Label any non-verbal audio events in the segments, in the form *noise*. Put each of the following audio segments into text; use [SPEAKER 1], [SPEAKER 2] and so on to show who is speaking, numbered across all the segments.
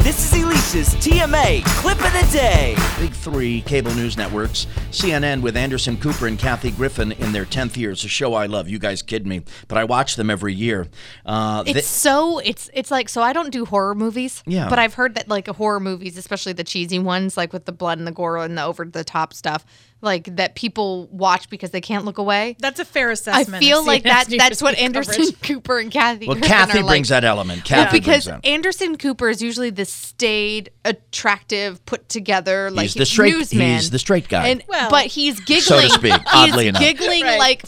[SPEAKER 1] This is Elise's TMA Clip of the Day.
[SPEAKER 2] Big three cable news networks, CNN with Anderson Cooper and Kathy Griffin in their 10th year. It's a show I love. You guys kid me, but I watch them every year. Uh,
[SPEAKER 3] It's so it's it's like so I don't do horror movies.
[SPEAKER 2] Yeah.
[SPEAKER 3] But I've heard that like horror movies, especially the cheesy ones, like with the blood and the gore and the over the top stuff, like that people watch because they can't look away.
[SPEAKER 4] That's a fair
[SPEAKER 3] I
[SPEAKER 4] assessment.
[SPEAKER 3] feel
[SPEAKER 4] of
[SPEAKER 3] like that
[SPEAKER 4] *laughs* CNN's
[SPEAKER 3] that's what
[SPEAKER 4] news
[SPEAKER 3] Anderson *laughs*
[SPEAKER 4] coverage.
[SPEAKER 3] Cooper and Kathy.
[SPEAKER 2] well,
[SPEAKER 3] Griffin
[SPEAKER 2] Kathy
[SPEAKER 3] are
[SPEAKER 2] brings
[SPEAKER 3] like,
[SPEAKER 2] that element. Kathy brings
[SPEAKER 3] because
[SPEAKER 2] that.
[SPEAKER 3] Anderson Cooper is usually the staid, attractive, put together like
[SPEAKER 2] He's the straight-
[SPEAKER 3] newsman.
[SPEAKER 2] he's the straight guy.
[SPEAKER 3] And,
[SPEAKER 4] Well-
[SPEAKER 3] but he's giggling.
[SPEAKER 2] speak, oddly
[SPEAKER 3] he's
[SPEAKER 2] enough.
[SPEAKER 3] giggling
[SPEAKER 4] Right.
[SPEAKER 3] like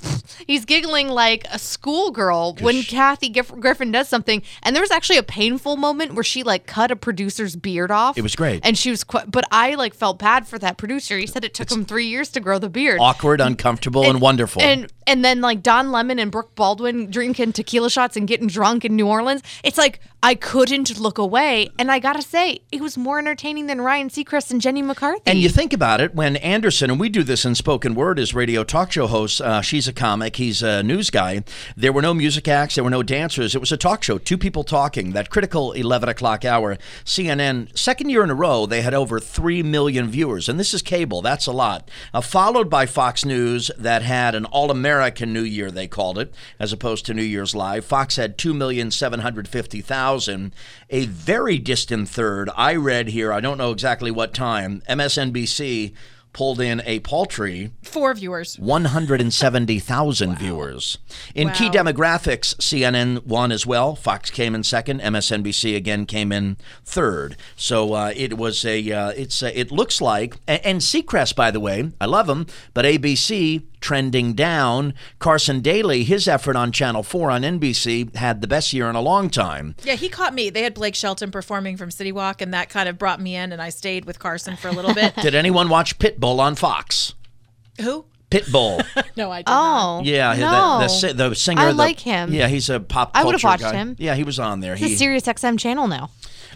[SPEAKER 3] he's giggling like a schoolgirl when Kathy Giff- Griffin does something. And there was actually a painful moment where she like cut a producer's beard off.
[SPEAKER 2] It was great.
[SPEAKER 3] and she was. Qu- but I like felt bad for that producer. He said it took him three years to grow the beard.
[SPEAKER 2] Awkward, uncomfortable, and, wonderful.
[SPEAKER 3] And and then like Don Lemon and Brooke Baldwin drinking tequila shots and getting drunk in New Orleans. It's like I couldn't look away. And I gotta say, it was more entertaining than Ryan Seacrest and Jenny McCarthy.
[SPEAKER 2] And you think about it when Anderson, and we do this in spoken word as radio talk show hosts, uh, she's a comic, he's a news guy. There were no music acts, there were no dancers. It was a talk show, two people talking, that critical 11 o'clock hour. CNN, second year in a row, they had over 3 million viewers. And this is cable, that's a lot. Uh, followed by Fox News, that had an All American New Year, they called it, as opposed to New Year's Live. Fox had 2,750,000. A very distant third, I read here, I don't know exactly what time, MSNBC pulled in a paltry
[SPEAKER 4] Four viewers.
[SPEAKER 2] 170,000 viewers. In key
[SPEAKER 4] Wow.
[SPEAKER 2] demographics, CNN won as well. Fox came in second. MSNBC again came in third. So uh, it was a. Uh, it's a, it looks like and, and Seacrest, by the way, I love him, but ABC trending down. Carson Daly, his effort on Channel Four on NBC had the best year in a long time.
[SPEAKER 4] Yeah, he caught me. They had Blake Shelton performing from City Walk, and that kind of brought me in, and I stayed with Carson for a
[SPEAKER 3] *laughs*
[SPEAKER 4] little bit.
[SPEAKER 2] Did anyone watch Pitbull on Fox?
[SPEAKER 4] Who?
[SPEAKER 3] *laughs*
[SPEAKER 2] Pitbull.
[SPEAKER 4] No, I did not.
[SPEAKER 3] oh
[SPEAKER 2] Yeah,
[SPEAKER 3] no.
[SPEAKER 2] the, the, si- the singer.
[SPEAKER 3] I
[SPEAKER 2] the-
[SPEAKER 3] like him.
[SPEAKER 2] Yeah, he's a pop.
[SPEAKER 3] I would've
[SPEAKER 2] culture
[SPEAKER 3] watched
[SPEAKER 2] guy.
[SPEAKER 3] him.
[SPEAKER 2] Yeah, he was on there.
[SPEAKER 3] It's a
[SPEAKER 2] He,
[SPEAKER 3] Sirius XM channel now.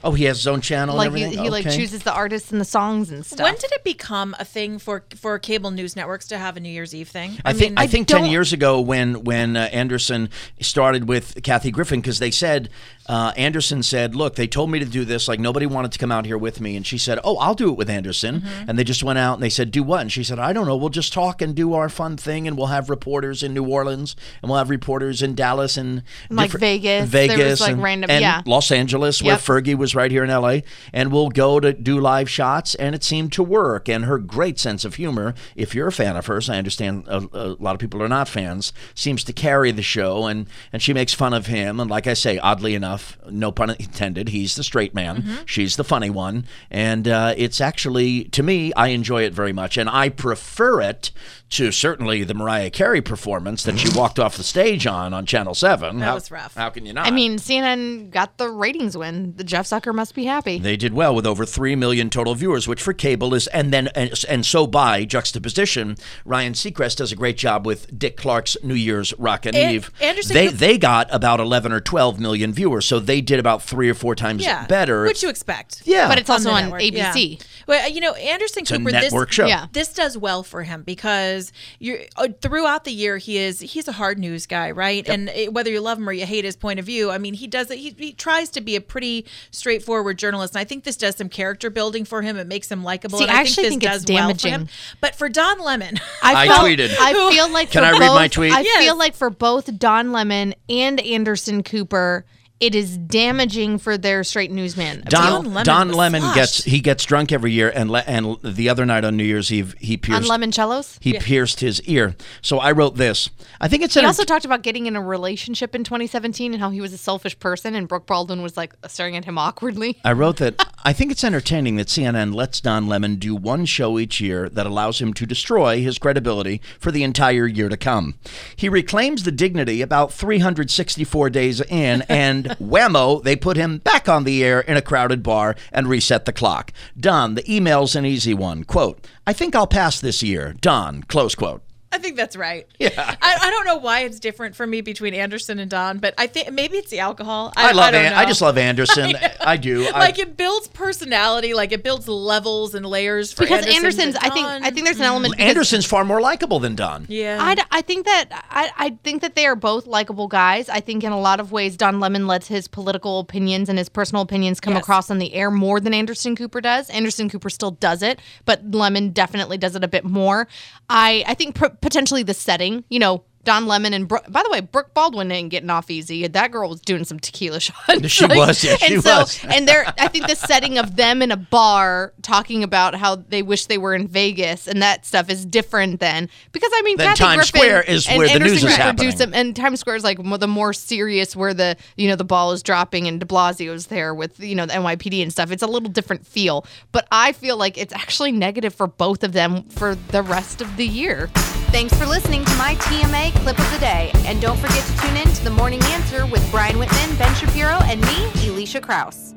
[SPEAKER 2] oh, he has his own channel.
[SPEAKER 3] Like
[SPEAKER 2] and
[SPEAKER 3] he,
[SPEAKER 2] everything?
[SPEAKER 3] he like
[SPEAKER 2] Okay.
[SPEAKER 3] chooses the artists and the songs and stuff.
[SPEAKER 4] When did it become a thing for for cable news networks to have a New Year's Eve thing?
[SPEAKER 2] I think I, think ten
[SPEAKER 3] don't-
[SPEAKER 2] years ago when when uh, Anderson started with Kathy Griffin because they said uh, Anderson said look they told me to do this like nobody wanted to come out here with me and she said oh I'll do it with Anderson
[SPEAKER 3] Mm-hmm.
[SPEAKER 2] and they just went out and they said do what and she said I don't know we'll just talk and do our fun thing and we'll have reporters in New Orleans and we'll have reporters in Dallas and
[SPEAKER 3] Like
[SPEAKER 2] different-
[SPEAKER 3] Vegas. There was,
[SPEAKER 2] Vegas
[SPEAKER 3] like,
[SPEAKER 2] and,
[SPEAKER 3] random-
[SPEAKER 2] and
[SPEAKER 3] yeah.
[SPEAKER 2] Los Angeles where
[SPEAKER 3] Yep.
[SPEAKER 2] Fergie was right here in LA and we'll go to do live shots and it seemed to work and her great sense of humor if you're a fan of hers I understand a, a lot of people are not fans seems to carry the show and and she makes fun of him and like I say oddly enough no pun intended he's the straight man she's the funny one and uh, it's actually to me I enjoy it very much and I prefer it to certainly the Mariah Carey performance that she walked off the stage on on Channel 7 that
[SPEAKER 4] was rough.
[SPEAKER 2] how can you not
[SPEAKER 3] I mean, CNN got the ratings win. The Jeff Zucker must be happy.
[SPEAKER 2] They did well with over 3 million total viewers, which for cable is, and then, and, and so by juxtaposition, Ryan Seacrest does a great job with Dick Clark's New Year's Rockin'
[SPEAKER 4] An-
[SPEAKER 2] Eve.
[SPEAKER 4] Anderson
[SPEAKER 2] they,
[SPEAKER 4] Cooper-
[SPEAKER 2] they got about 11 or 12 million viewers, so they did about three or four times
[SPEAKER 4] yeah,
[SPEAKER 2] better.
[SPEAKER 4] Which you expect.
[SPEAKER 2] yeah.
[SPEAKER 3] But it's also
[SPEAKER 4] the
[SPEAKER 3] on
[SPEAKER 4] network,
[SPEAKER 3] ABC.
[SPEAKER 4] yeah. Well, you know, Anderson
[SPEAKER 2] a
[SPEAKER 4] Cooper.
[SPEAKER 2] network
[SPEAKER 4] this,
[SPEAKER 2] show.
[SPEAKER 3] Yeah.
[SPEAKER 4] This does well for him because you uh, throughout the year he is he's a hard news guy, right? And it, whether you love him or you hate his point of view, I mean, he does it. He, he tries to be a pretty straightforward journalist, and I think this does some character building for him. It makes him likable.
[SPEAKER 3] See,
[SPEAKER 4] and
[SPEAKER 3] I actually
[SPEAKER 4] this
[SPEAKER 3] think it's
[SPEAKER 4] does well for him.
[SPEAKER 3] damaging.
[SPEAKER 4] But for Don Lemon,
[SPEAKER 2] I
[SPEAKER 3] felt-
[SPEAKER 2] tweeted.
[SPEAKER 3] I feel like
[SPEAKER 2] Can
[SPEAKER 3] for
[SPEAKER 2] I read
[SPEAKER 3] both,
[SPEAKER 2] my tweet?
[SPEAKER 3] I
[SPEAKER 4] Yes.
[SPEAKER 3] feel like for both Don Lemon and Anderson Cooper, it is damaging for their straight newsman.
[SPEAKER 2] Don,
[SPEAKER 4] Don Lemon
[SPEAKER 2] Don
[SPEAKER 4] was
[SPEAKER 2] Lemon gets
[SPEAKER 4] sloshed.
[SPEAKER 2] he gets drunk every year, and le- and the other night on New Year's Eve he
[SPEAKER 3] on
[SPEAKER 2] pierced
[SPEAKER 3] Lemoncellos.
[SPEAKER 2] he pierced his ear. So I wrote this. I think it's
[SPEAKER 3] He also talked about getting in a relationship in 2017 and how he was a selfish person, and Brooke Baldwin was like staring at him awkwardly.
[SPEAKER 2] I wrote that I think it's entertaining that CNN lets Don Lemon do one show each year that allows him to destroy his credibility for the entire year to come. He reclaims the dignity about 364 days in, and whammo, they put him back on the air in a crowded bar and reset the clock. Don, the email's an easy one. Quote, I think I'll pass this year. Don, close quote.
[SPEAKER 4] *laughs* I think that's right.
[SPEAKER 2] Yeah.
[SPEAKER 4] I, I don't know why it's different for me between Anderson and Don, but I think maybe it's the alcohol.
[SPEAKER 2] I, love.
[SPEAKER 4] don't
[SPEAKER 2] An-
[SPEAKER 4] know.
[SPEAKER 2] I just love Anderson. I, do.
[SPEAKER 4] Like
[SPEAKER 2] I,
[SPEAKER 4] it builds personality, like it builds levels and layers for
[SPEAKER 3] because
[SPEAKER 4] Anderson
[SPEAKER 3] Anderson's,
[SPEAKER 4] to
[SPEAKER 3] I think,
[SPEAKER 4] Don.
[SPEAKER 3] I think there's an element. because
[SPEAKER 2] Anderson's far more likable than Don.
[SPEAKER 4] Yeah.
[SPEAKER 3] I, d- I think that I, I think that they are both likable guys. I think in a lot of ways Don Lemon lets his political opinions and his personal opinions come
[SPEAKER 4] Yes.
[SPEAKER 3] across on the air more than Anderson Cooper does. Anderson Cooper still does it, but Lemon definitely does it a bit more. I I think pr- potentially the setting, you know, Don Lemon and Brooke, by the way, Brooke Baldwin ain't getting off easy. That girl was doing some tequila *laughs* shots.
[SPEAKER 2] She was, yeah, she
[SPEAKER 3] and so,
[SPEAKER 2] was.
[SPEAKER 3] and there, I think the setting of them in a bar talking about how they wish they were in Vegas and that stuff is different than because I mean
[SPEAKER 2] Then
[SPEAKER 3] Kathy
[SPEAKER 2] Times
[SPEAKER 3] Griffin
[SPEAKER 2] Square is
[SPEAKER 3] and
[SPEAKER 2] where the
[SPEAKER 3] Anderson
[SPEAKER 2] news is
[SPEAKER 3] Cooper do
[SPEAKER 2] happening.
[SPEAKER 3] some- and Times Square is like mo- the more serious where the you know the ball is dropping and De Blasio's there with you know the NYPD and stuff. It's a little different feel, but I feel like it's actually negative for both of them for the rest of the year.
[SPEAKER 5] Thanks for listening to my TMA clip of the day. And don't forget to tune in to The Morning Answer with Brian Whitman, Ben Shapiro, and me, Elisha Krause.